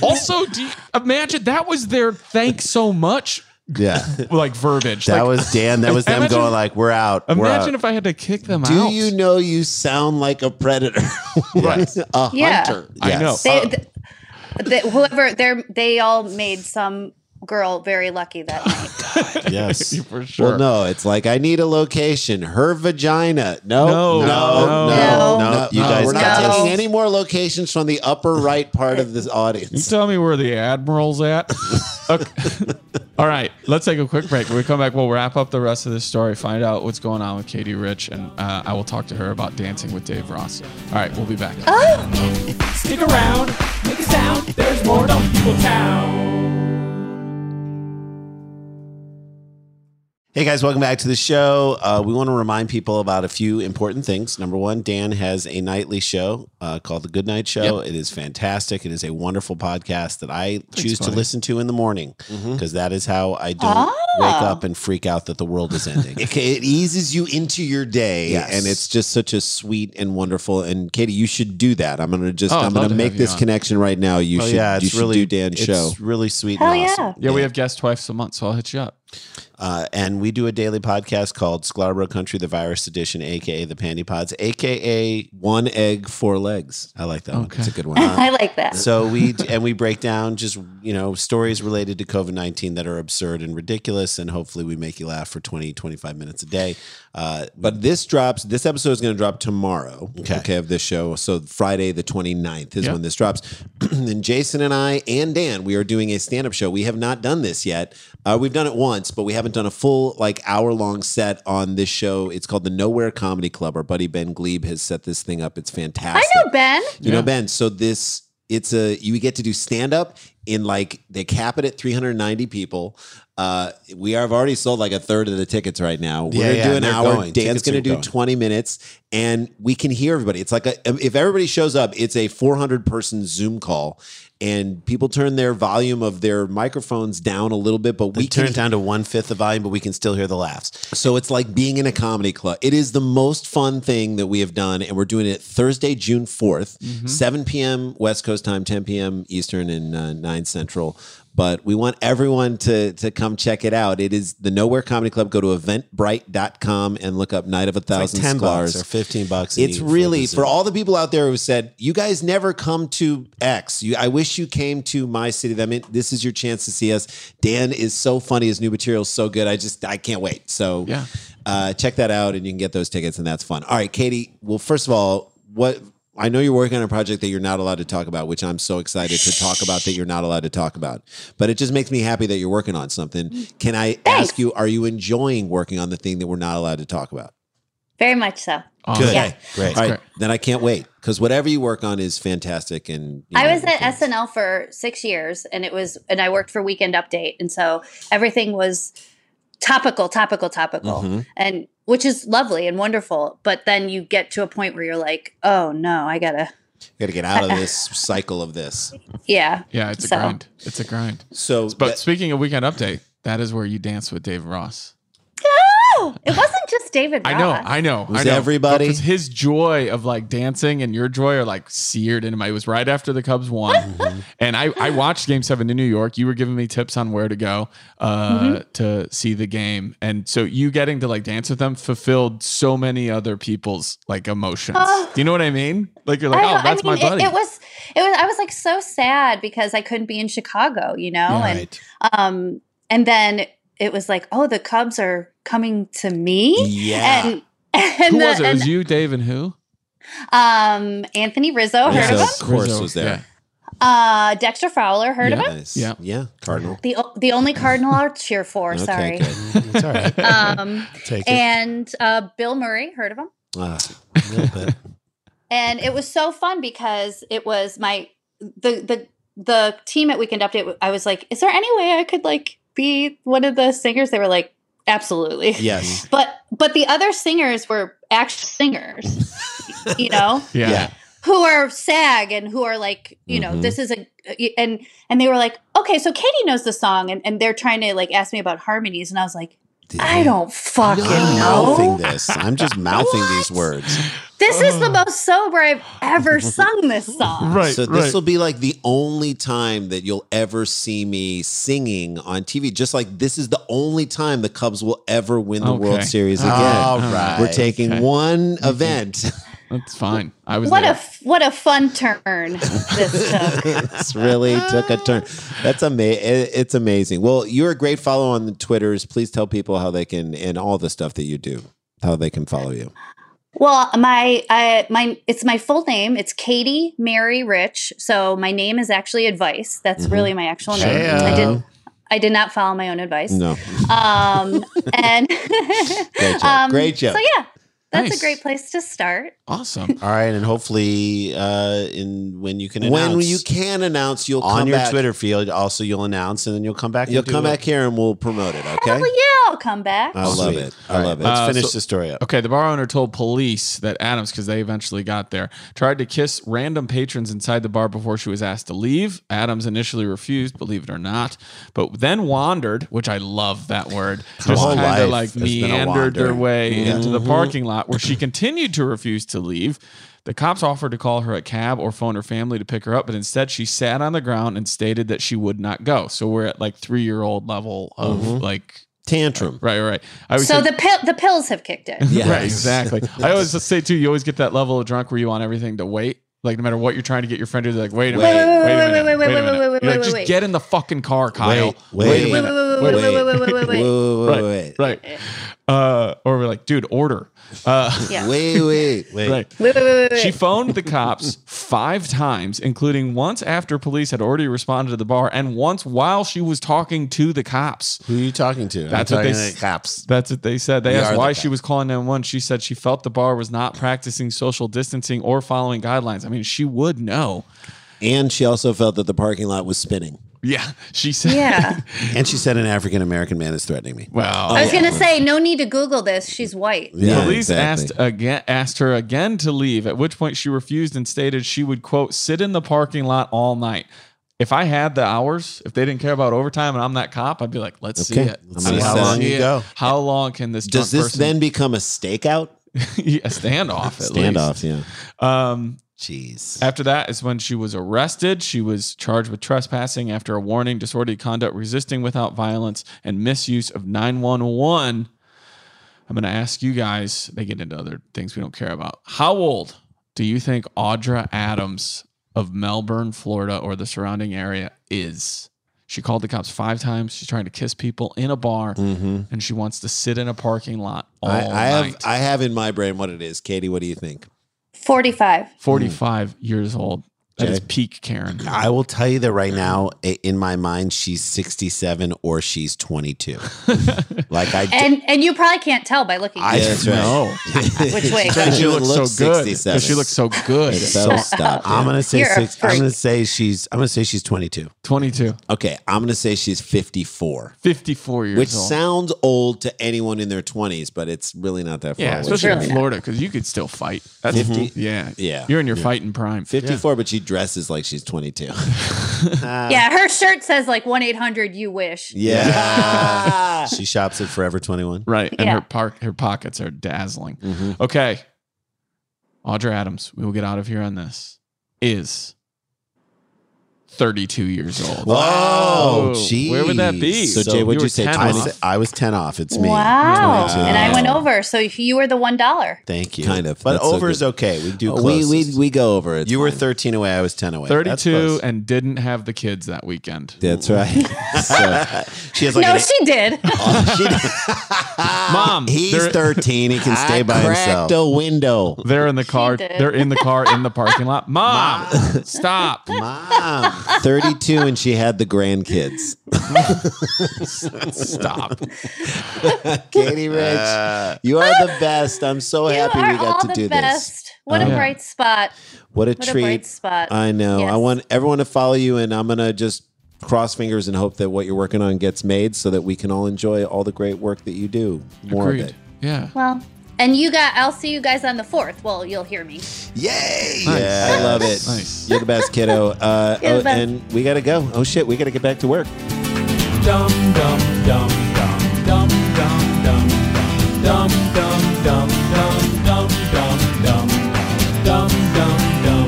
[SPEAKER 6] also, do you, imagine that was their thanks so much
[SPEAKER 4] Yeah.
[SPEAKER 6] like verbiage.
[SPEAKER 4] That
[SPEAKER 6] like,
[SPEAKER 4] was Dan. That was them
[SPEAKER 6] Imagine-
[SPEAKER 4] going like, "We're out." We're
[SPEAKER 6] imagine
[SPEAKER 4] out.
[SPEAKER 6] if I had to kick them
[SPEAKER 3] Do
[SPEAKER 6] out.
[SPEAKER 3] you know you sound like a predator?
[SPEAKER 4] Right.
[SPEAKER 3] a
[SPEAKER 5] Yeah.
[SPEAKER 3] hunter.
[SPEAKER 6] I know. Uh,
[SPEAKER 5] They,
[SPEAKER 4] Uh,
[SPEAKER 5] th- th- whoever they they all made some girl very lucky that
[SPEAKER 4] *laughs*
[SPEAKER 5] night.
[SPEAKER 4] yes.
[SPEAKER 6] for sure.
[SPEAKER 3] Well, no, it's like I need a location. Her vagina. No,
[SPEAKER 6] No,
[SPEAKER 3] no,
[SPEAKER 6] no,
[SPEAKER 3] no,
[SPEAKER 5] no,
[SPEAKER 3] no.
[SPEAKER 4] no,
[SPEAKER 3] you
[SPEAKER 4] no,
[SPEAKER 3] guys,
[SPEAKER 4] we're
[SPEAKER 3] we're
[SPEAKER 5] not
[SPEAKER 3] not
[SPEAKER 5] taking-
[SPEAKER 3] taking any more locations from the upper right part of this
[SPEAKER 6] You
[SPEAKER 3] audience.
[SPEAKER 6] tell me where the admiral's
[SPEAKER 3] *laughs*
[SPEAKER 6] at. Okay. All right, let's take a quick break. When we come back, we'll wrap up the rest of this story, find out what's going on with Katie Rich, and uh, I will talk to her about dancing with Dave Ross. All right, we'll be back.
[SPEAKER 5] Oh,
[SPEAKER 2] Stick around, make a sound. There's more to People Town.
[SPEAKER 4] Hey guys, welcome back to the show. Uh, we want to remind people about a few important things. Number one, Dan has a nightly show uh, called The Good Night Show. It is fantastic. It is a wonderful podcast that I choose to
[SPEAKER 6] buddy.
[SPEAKER 4] listen to in the morning
[SPEAKER 3] Mm-hmm.
[SPEAKER 4] because is how I don't Oh. wake
[SPEAKER 5] Ah.
[SPEAKER 4] up and freak out that the world is ending.
[SPEAKER 3] It, it eases you into your day,
[SPEAKER 4] Yes.
[SPEAKER 3] and it's just such a sweet and wonderful. And Katie, you should do that. I'm gonna just,
[SPEAKER 6] Oh, I'd
[SPEAKER 3] I'm gonna
[SPEAKER 6] love to
[SPEAKER 3] make
[SPEAKER 6] have you
[SPEAKER 3] this
[SPEAKER 6] on.
[SPEAKER 3] connection right now. You
[SPEAKER 4] Oh,
[SPEAKER 3] should, you should do Dan's
[SPEAKER 4] it's
[SPEAKER 3] show.
[SPEAKER 4] really sweet.
[SPEAKER 5] Hell
[SPEAKER 4] and awesome.
[SPEAKER 5] yeah.
[SPEAKER 6] Yeah, we have guests twice a month, so I'll hit you up.
[SPEAKER 4] Uh, and we do a daily podcast called Scarborough Country, the Virus Edition, aka the Pandy Pods, aka
[SPEAKER 3] One egg, four legs.
[SPEAKER 4] I like that one.
[SPEAKER 6] Okay.
[SPEAKER 3] That's a good one.
[SPEAKER 5] I like that.
[SPEAKER 4] So we and we break down just you know stories related to COVID nineteen that are absurd and ridiculous, and hopefully we make you laugh for 20, 25 minutes a day. Uh,
[SPEAKER 3] But this drops, this episode is going to drop tomorrow,
[SPEAKER 4] Okay.
[SPEAKER 3] okay. of this show. So Friday the 29th is
[SPEAKER 6] Yeah.
[SPEAKER 3] when this drops. *clears throat* and Jason and I and Dan, we are doing a stand up show. We have not done this yet. Uh, we've done it once, but we haven't done a full, like, hour long set on this show. It's called the Nowhere Comedy Club. Our buddy Ben Glebe has set this thing up. It's
[SPEAKER 5] I
[SPEAKER 3] fantastic.
[SPEAKER 5] know Ben.
[SPEAKER 3] You
[SPEAKER 6] Yeah.
[SPEAKER 3] know, Ben, so this it's a you get to do stand up in like they cap it at 390 people. Uh, we have already sold like a third of the tickets right now. We're
[SPEAKER 4] Yeah,
[SPEAKER 3] gonna
[SPEAKER 4] yeah,
[SPEAKER 3] do an
[SPEAKER 4] they're
[SPEAKER 3] hour.
[SPEAKER 4] going. Tickets
[SPEAKER 3] Dan's gonna
[SPEAKER 4] are
[SPEAKER 3] do
[SPEAKER 4] going.
[SPEAKER 3] 20 minutes and we can hear everybody. It's like a, if everybody shows up, it's a 400 person Zoom call and people turn their volume of their microphones down a little bit, but
[SPEAKER 4] we
[SPEAKER 3] we
[SPEAKER 4] turn
[SPEAKER 3] can
[SPEAKER 4] it down to one fifth the volume, but we can still hear the laughs.
[SPEAKER 3] so it's like being in a comedy club. It is the most fun thing that we have done, and we're doing it Thursday, June 4th 7 p.m. West Coast time, ten p.m. Eastern, and uh, nine Central. But we want everyone to to come check it out. It is the Nowhere Comedy Club. Go to eventbrite.com and look up Night of a
[SPEAKER 4] Like
[SPEAKER 3] Thousand
[SPEAKER 4] ten
[SPEAKER 3] Scars.
[SPEAKER 4] bucks or fifteen bucks. and
[SPEAKER 3] It's
[SPEAKER 4] you-
[SPEAKER 3] really
[SPEAKER 4] the
[SPEAKER 3] for
[SPEAKER 4] Zoom.
[SPEAKER 3] all the people out there who said you guys never come to X. You, I wish you came to my city. I mean, this is your chance to see us. Dan is so funny. His new material is so good. I just I can't wait. So
[SPEAKER 6] Yeah.
[SPEAKER 3] uh, check that out, and you can get those tickets, and that's fun. All right, Katie. Well, first of all, what I know you're working on a project that you're not allowed to talk about, which I'm so excited to talk about that you're not allowed to talk about. But it just makes me happy that you're working on something. Can I
[SPEAKER 5] Thanks.
[SPEAKER 3] ask you, are you enjoying working on the thing that we're not allowed to talk about?
[SPEAKER 5] Very much so.
[SPEAKER 6] Awesome.
[SPEAKER 3] Good.
[SPEAKER 5] Yeah.
[SPEAKER 3] Great. All right. Then I can't wait because whatever you work on is fantastic. And you
[SPEAKER 5] I
[SPEAKER 3] know,
[SPEAKER 5] was at
[SPEAKER 3] it's-
[SPEAKER 5] SNL for six years, and it was, and I worked for Weekend Update, and so everything was topical, topical, topical,
[SPEAKER 4] Mm-hmm.
[SPEAKER 3] Mhm.
[SPEAKER 5] and which is lovely and wonderful. But then you get to a point where you're like, oh no, I gotta,
[SPEAKER 3] Gotta get out of this cycle of this.
[SPEAKER 5] yeah, *laughs*
[SPEAKER 6] Yeah, it's a
[SPEAKER 5] So-
[SPEAKER 6] grind. It's a grind.
[SPEAKER 3] So,
[SPEAKER 6] But
[SPEAKER 3] that-
[SPEAKER 6] speaking of weekend update, that is where you dance with Dave Ross.
[SPEAKER 5] Oh, it wasn't just David.
[SPEAKER 6] I know,
[SPEAKER 5] Roth.
[SPEAKER 6] I know,
[SPEAKER 3] Was
[SPEAKER 6] I know.
[SPEAKER 3] everybody-
[SPEAKER 6] But his joy of like dancing and your joy are like seared into my. It was right after the
[SPEAKER 5] *laughs*
[SPEAKER 6] Cubs
[SPEAKER 3] Mm-hmm.
[SPEAKER 6] won, and I I watched Game Seven in New York. You were giving me tips on where to go uh,
[SPEAKER 5] Mm-hmm.
[SPEAKER 6] to see the game, and so you getting to like dance with them fulfilled so many other people's like emotions.
[SPEAKER 5] Oh.
[SPEAKER 6] Do you know what I mean? Like you're like,
[SPEAKER 5] I
[SPEAKER 6] oh,
[SPEAKER 5] know.
[SPEAKER 6] that's
[SPEAKER 5] I mean,
[SPEAKER 6] my buddy.
[SPEAKER 5] It, it was, it was. I was like so sad because I couldn't be in Chicago, you know, and
[SPEAKER 3] right.
[SPEAKER 5] um, and then it was like, oh, the Cubs are coming to me,
[SPEAKER 3] yeah.
[SPEAKER 5] and and,
[SPEAKER 6] who
[SPEAKER 5] the-
[SPEAKER 6] was it? It
[SPEAKER 5] and
[SPEAKER 6] was you, Dave, and who?
[SPEAKER 5] um, Anthony Rizzo
[SPEAKER 3] Yeah.
[SPEAKER 5] heard of
[SPEAKER 3] So-
[SPEAKER 5] him.
[SPEAKER 3] Of course was there.
[SPEAKER 6] Yeah.
[SPEAKER 5] Uh, Dexter Fowler heard of him.
[SPEAKER 3] Nice.
[SPEAKER 6] Yeah.
[SPEAKER 3] Yeah. Cardinal.
[SPEAKER 5] The o- the only Cardinal I'll cheer
[SPEAKER 6] *laughs*
[SPEAKER 5] for. sorry.
[SPEAKER 3] Okay. Good.
[SPEAKER 1] It's all
[SPEAKER 3] *laughs*
[SPEAKER 1] right.
[SPEAKER 5] Um,
[SPEAKER 1] Take it.
[SPEAKER 5] and uh, Bill Murray heard of him.
[SPEAKER 3] Ah, a little bit.
[SPEAKER 5] and it was so fun because it was my the the the team at Weekend Update. I was like, is there any way I could like be one of the singers? They were like, absolutely. *laughs*
[SPEAKER 3] Yes.
[SPEAKER 5] But but the other singers were actual singers, you know,
[SPEAKER 6] Yeah.
[SPEAKER 3] Yeah.
[SPEAKER 5] who are SAG and who are like, you know,
[SPEAKER 3] Mhm.
[SPEAKER 5] this is a and and they were like, okay, so Katie knows the song, and and they're trying to like ask me about harmonies, and I was like, I don't fucking
[SPEAKER 3] I'm
[SPEAKER 5] know.
[SPEAKER 3] mouthing this. I'm just mouthing these words.
[SPEAKER 5] This is the most sober I've ever sung this song.
[SPEAKER 6] Right.
[SPEAKER 3] so
[SPEAKER 6] right.
[SPEAKER 3] this will be like the only time that you'll ever see me singing on TV. Just like this is the only time the Cubs will ever
[SPEAKER 4] Uh,
[SPEAKER 3] win the
[SPEAKER 6] Okay. Ah.
[SPEAKER 3] World Series again.
[SPEAKER 1] All right.
[SPEAKER 3] We're taking
[SPEAKER 6] Okay.
[SPEAKER 3] one event.
[SPEAKER 6] That's fine. I was
[SPEAKER 5] What
[SPEAKER 6] *laughs* there.
[SPEAKER 5] a what a fun turn
[SPEAKER 4] *laughs*
[SPEAKER 5] this took.
[SPEAKER 3] it's really took a turn. That's amazing. It's amazing. Well, you're a great follow on the Twitters. Please tell people how they can and all the stuff that you do, how they can follow you.
[SPEAKER 5] Well, my uh, my it's my full name. It's Katie Mary Rich. So my name is actually Advice. That's really my actual name. I did I did not follow my own advice.
[SPEAKER 3] No,
[SPEAKER 5] Um and *laughs*
[SPEAKER 3] great job.
[SPEAKER 5] um,
[SPEAKER 3] great job.
[SPEAKER 5] So yeah, that's
[SPEAKER 6] Nice.
[SPEAKER 5] a great place to start.
[SPEAKER 6] awesome.
[SPEAKER 1] all right, and hopefully, uh, in when you can
[SPEAKER 3] when
[SPEAKER 1] announce
[SPEAKER 3] you can announce, you'll
[SPEAKER 1] on
[SPEAKER 3] come
[SPEAKER 1] your
[SPEAKER 3] back.
[SPEAKER 1] Twitter feed, also you'll announce, and then you'll come back. and
[SPEAKER 3] You'll
[SPEAKER 1] do
[SPEAKER 3] come
[SPEAKER 1] it.
[SPEAKER 3] back here and we'll promote it. Okay.
[SPEAKER 5] Well, yeah, I'll come back.
[SPEAKER 3] I love
[SPEAKER 1] Sweet.
[SPEAKER 3] it.
[SPEAKER 1] All
[SPEAKER 3] I
[SPEAKER 1] right,
[SPEAKER 3] love it.
[SPEAKER 1] Let's
[SPEAKER 6] Uh,
[SPEAKER 1] finish
[SPEAKER 6] so-
[SPEAKER 1] the story up.
[SPEAKER 6] Okay, the bar owner told police that Adams, because they eventually got there, tried to kiss random patrons inside the bar before she was asked to leave. Adams initially refused, believe it or not, but then wandered, which I love that
[SPEAKER 1] *laughs*
[SPEAKER 6] word, just
[SPEAKER 1] whole
[SPEAKER 6] kind
[SPEAKER 1] life
[SPEAKER 6] of
[SPEAKER 1] has
[SPEAKER 6] like
[SPEAKER 1] been a
[SPEAKER 6] meandered
[SPEAKER 1] wander. Mm-hmm.
[SPEAKER 6] her way
[SPEAKER 3] Yeah.
[SPEAKER 6] into the parking lot where she continued to refuse to leave. The cops offered to call her a cab or phone her family to pick her up, but instead she sat on the ground and stated that she would not go. So we're at like three year old level of
[SPEAKER 1] Mm-hmm.
[SPEAKER 6] like,
[SPEAKER 3] Tantrum.
[SPEAKER 6] right, right. I would
[SPEAKER 5] So
[SPEAKER 6] say-
[SPEAKER 5] the pill the pills have kicked in.
[SPEAKER 6] *laughs*
[SPEAKER 3] Yes. *laughs*
[SPEAKER 6] Right, exactly. I always just say too, you always get that level of drunk where you want everything to wait. Like no matter what you're trying to get your friend to, they're like, wait a
[SPEAKER 3] Wait,
[SPEAKER 6] minute,
[SPEAKER 5] wait,
[SPEAKER 6] wait a
[SPEAKER 5] wait,
[SPEAKER 6] minute,
[SPEAKER 5] wait, wait,
[SPEAKER 6] wait a
[SPEAKER 5] wait,
[SPEAKER 6] minute.
[SPEAKER 5] wait, wait,
[SPEAKER 6] You're like,
[SPEAKER 5] wait,
[SPEAKER 6] just
[SPEAKER 5] wait.
[SPEAKER 6] get in the fucking car, Kyle.
[SPEAKER 3] Wait, wait,
[SPEAKER 5] Wait,
[SPEAKER 6] Wait a minute.
[SPEAKER 5] wait, wait, wait, wait, wait,
[SPEAKER 3] Wait,
[SPEAKER 5] wait, wait, wait.
[SPEAKER 3] wait, wait, wait.
[SPEAKER 6] Right. Uh, or we're like, dude, order. Uh, *laughs*
[SPEAKER 5] Yeah.
[SPEAKER 3] Wait, wait, wait.
[SPEAKER 6] right.
[SPEAKER 5] Wait, wait, wait, wait,
[SPEAKER 6] She
[SPEAKER 5] wait.
[SPEAKER 6] phoned the cops five times, including once after police had already responded to the bar and once while she was talking to the cops.
[SPEAKER 1] Who are you talking to?
[SPEAKER 6] That's
[SPEAKER 1] I'm
[SPEAKER 6] what they
[SPEAKER 1] talking
[SPEAKER 6] s-
[SPEAKER 1] to the cops.
[SPEAKER 6] That's what they said. They
[SPEAKER 1] We are
[SPEAKER 6] asked
[SPEAKER 1] the
[SPEAKER 6] why
[SPEAKER 1] best.
[SPEAKER 6] she was calling 911. She said she felt the bar was not practicing social distancing or following guidelines. I mean, she would know.
[SPEAKER 3] And she also felt that the parking lot was spinning.
[SPEAKER 6] Yeah, she said.
[SPEAKER 1] *laughs*
[SPEAKER 5] Yeah.
[SPEAKER 1] And she said an African American man is threatening me.
[SPEAKER 6] Well,
[SPEAKER 5] I was gonna say, no need to Google this. She's white.
[SPEAKER 3] Yeah,
[SPEAKER 6] police
[SPEAKER 3] exactly.
[SPEAKER 6] asked again, asked her again to leave. At which point she refused and stated she would quote sit in the parking lot all night. If I had the hours, if they didn't care about overtime, and I'm that cop, I'd be like, let's see
[SPEAKER 3] Okay.
[SPEAKER 6] it.
[SPEAKER 3] Let's
[SPEAKER 6] Let's
[SPEAKER 3] see
[SPEAKER 1] how
[SPEAKER 6] see
[SPEAKER 1] long
[SPEAKER 6] it.
[SPEAKER 1] you go.
[SPEAKER 6] How long can this?
[SPEAKER 3] Does
[SPEAKER 6] drunk
[SPEAKER 3] this
[SPEAKER 6] person-
[SPEAKER 3] then become a stakeout?
[SPEAKER 6] *laughs* yeah, standoff? At
[SPEAKER 3] Standoff, yeah.
[SPEAKER 6] Least. Um,
[SPEAKER 1] Jeez.
[SPEAKER 6] After that is when she was arrested. She was charged with trespassing after a warning, disorderly conduct, resisting without violence, and misuse of 911. I'm going to ask you guys, they get into other things we don't care about. How old do you think Audra Adams of Melbourne, Florida, or the surrounding area is? She called the cops five times. She's trying to kiss people in a bar,
[SPEAKER 3] Mm-hmm.
[SPEAKER 6] and she wants to sit in a parking lot all
[SPEAKER 3] Hmm. I, I have
[SPEAKER 6] night.
[SPEAKER 3] I have in my brain what it is. Katie, what do you think?
[SPEAKER 5] Forty-five.
[SPEAKER 6] 45 years old. That is
[SPEAKER 3] Okay.
[SPEAKER 6] peak Karen.
[SPEAKER 3] I will tell you that right now, i- in my mind, she's 67 or she's 22. like I,
[SPEAKER 5] And and you probably can't tell by looking.
[SPEAKER 3] I
[SPEAKER 5] at
[SPEAKER 3] that's right.
[SPEAKER 6] No.
[SPEAKER 5] *laughs*
[SPEAKER 3] *laughs*
[SPEAKER 5] Which way it goes.
[SPEAKER 6] she looks so good.
[SPEAKER 3] 67.
[SPEAKER 6] She looks so good.
[SPEAKER 3] so stop.
[SPEAKER 4] I'm gonna say
[SPEAKER 5] You're a
[SPEAKER 4] six. I'm
[SPEAKER 5] freak.
[SPEAKER 4] gonna say she's. I'm gonna say she's 22.
[SPEAKER 6] 22,
[SPEAKER 3] Okay, I'm gonna say she's 54,
[SPEAKER 6] 54 years
[SPEAKER 3] which
[SPEAKER 6] old.
[SPEAKER 3] sounds old to anyone in their 20s, but it's really not that far.
[SPEAKER 6] yeah,
[SPEAKER 3] away.
[SPEAKER 6] especially
[SPEAKER 5] Really
[SPEAKER 6] in
[SPEAKER 5] not.
[SPEAKER 6] Florida because you could still fight. That's
[SPEAKER 3] 50
[SPEAKER 6] yeah,
[SPEAKER 3] Yeah.
[SPEAKER 6] You're in your fighting prime.
[SPEAKER 3] 54, but she dresses like she's 22. *laughs*
[SPEAKER 5] yeah, her shirt says like one eight hundred. You wish.
[SPEAKER 3] *laughs* yeah, she shops at Forever 21.
[SPEAKER 6] Right. And
[SPEAKER 5] Yeah.
[SPEAKER 6] her park her pockets are dazzling.
[SPEAKER 3] Mm-hmm.
[SPEAKER 6] Okay. Audra Adams, we will get out of here on this. Is 32 years old.
[SPEAKER 3] Wow,
[SPEAKER 6] Where would that be?
[SPEAKER 3] Oh, So, Jay, what'd
[SPEAKER 6] were
[SPEAKER 3] you say?
[SPEAKER 6] 10
[SPEAKER 3] 20?
[SPEAKER 6] off.
[SPEAKER 4] I was 10 off. It's me.
[SPEAKER 5] Wow.
[SPEAKER 6] 22.
[SPEAKER 5] And I went over, so if you were the one dollar.
[SPEAKER 4] Thank you.
[SPEAKER 3] Kind of.
[SPEAKER 4] But
[SPEAKER 3] That's so
[SPEAKER 4] over
[SPEAKER 3] good.
[SPEAKER 4] is okay. We do.
[SPEAKER 3] Oh, we, we,
[SPEAKER 4] closest.
[SPEAKER 3] we go over it.
[SPEAKER 4] you were 13 away. I was 10 away. That's
[SPEAKER 6] 32
[SPEAKER 4] close.
[SPEAKER 6] and didn't have the kids that weekend.
[SPEAKER 3] That's *laughs* right. So,
[SPEAKER 4] She has like.
[SPEAKER 5] no,
[SPEAKER 4] an-
[SPEAKER 5] she did.
[SPEAKER 6] Mom,
[SPEAKER 3] he's
[SPEAKER 6] they're,
[SPEAKER 3] 13. He can stay
[SPEAKER 4] I
[SPEAKER 3] by
[SPEAKER 4] cracked
[SPEAKER 3] himself. a window.
[SPEAKER 6] they're in the car.
[SPEAKER 5] did.
[SPEAKER 6] They're in the car in the
[SPEAKER 3] *laughs*
[SPEAKER 6] parking lot. Mom, stop.
[SPEAKER 4] Mom,
[SPEAKER 3] 32 and she had the grandkids.
[SPEAKER 6] Stop.
[SPEAKER 3] Katie Rich, you are the best. I'm so
[SPEAKER 5] *laughs* you
[SPEAKER 3] happy
[SPEAKER 5] are
[SPEAKER 3] we
[SPEAKER 5] all
[SPEAKER 3] got to
[SPEAKER 5] the
[SPEAKER 3] do this. Oh,
[SPEAKER 5] best. What a
[SPEAKER 6] Yeah.
[SPEAKER 5] bright spot.
[SPEAKER 3] What a
[SPEAKER 5] What a bright
[SPEAKER 3] treat.
[SPEAKER 5] spot.
[SPEAKER 3] I know. I
[SPEAKER 5] Yes.
[SPEAKER 3] want everyone to follow you and I'm going to just cross fingers and hope that what you're working on gets made so that we can all enjoy all the great work that you do. More of
[SPEAKER 6] Agreed.
[SPEAKER 3] it.
[SPEAKER 6] Yeah.
[SPEAKER 5] Well, and you got. I'll see you guys on the fourth. Well, you'll hear
[SPEAKER 3] Oh,
[SPEAKER 5] me.
[SPEAKER 3] Yay!
[SPEAKER 6] Nice.
[SPEAKER 3] Yeah, I love it.
[SPEAKER 6] Nice.
[SPEAKER 3] You're the best, kiddo. Uh,
[SPEAKER 5] You're the
[SPEAKER 3] oh,
[SPEAKER 5] best.
[SPEAKER 3] And we got to go. Oh, shit. We got to get back to work.
[SPEAKER 2] dum dum dum dum dum dum dum dum dum dum dum dum dum dum dum dum dum dum dum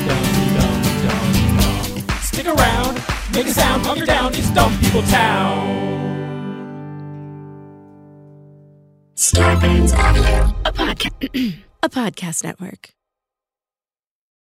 [SPEAKER 2] dum dum dum dum Stick around, make a sound, hunker down, it's Dumb People Town.
[SPEAKER 7] Scorpions Audio, a podcast, a podcast network.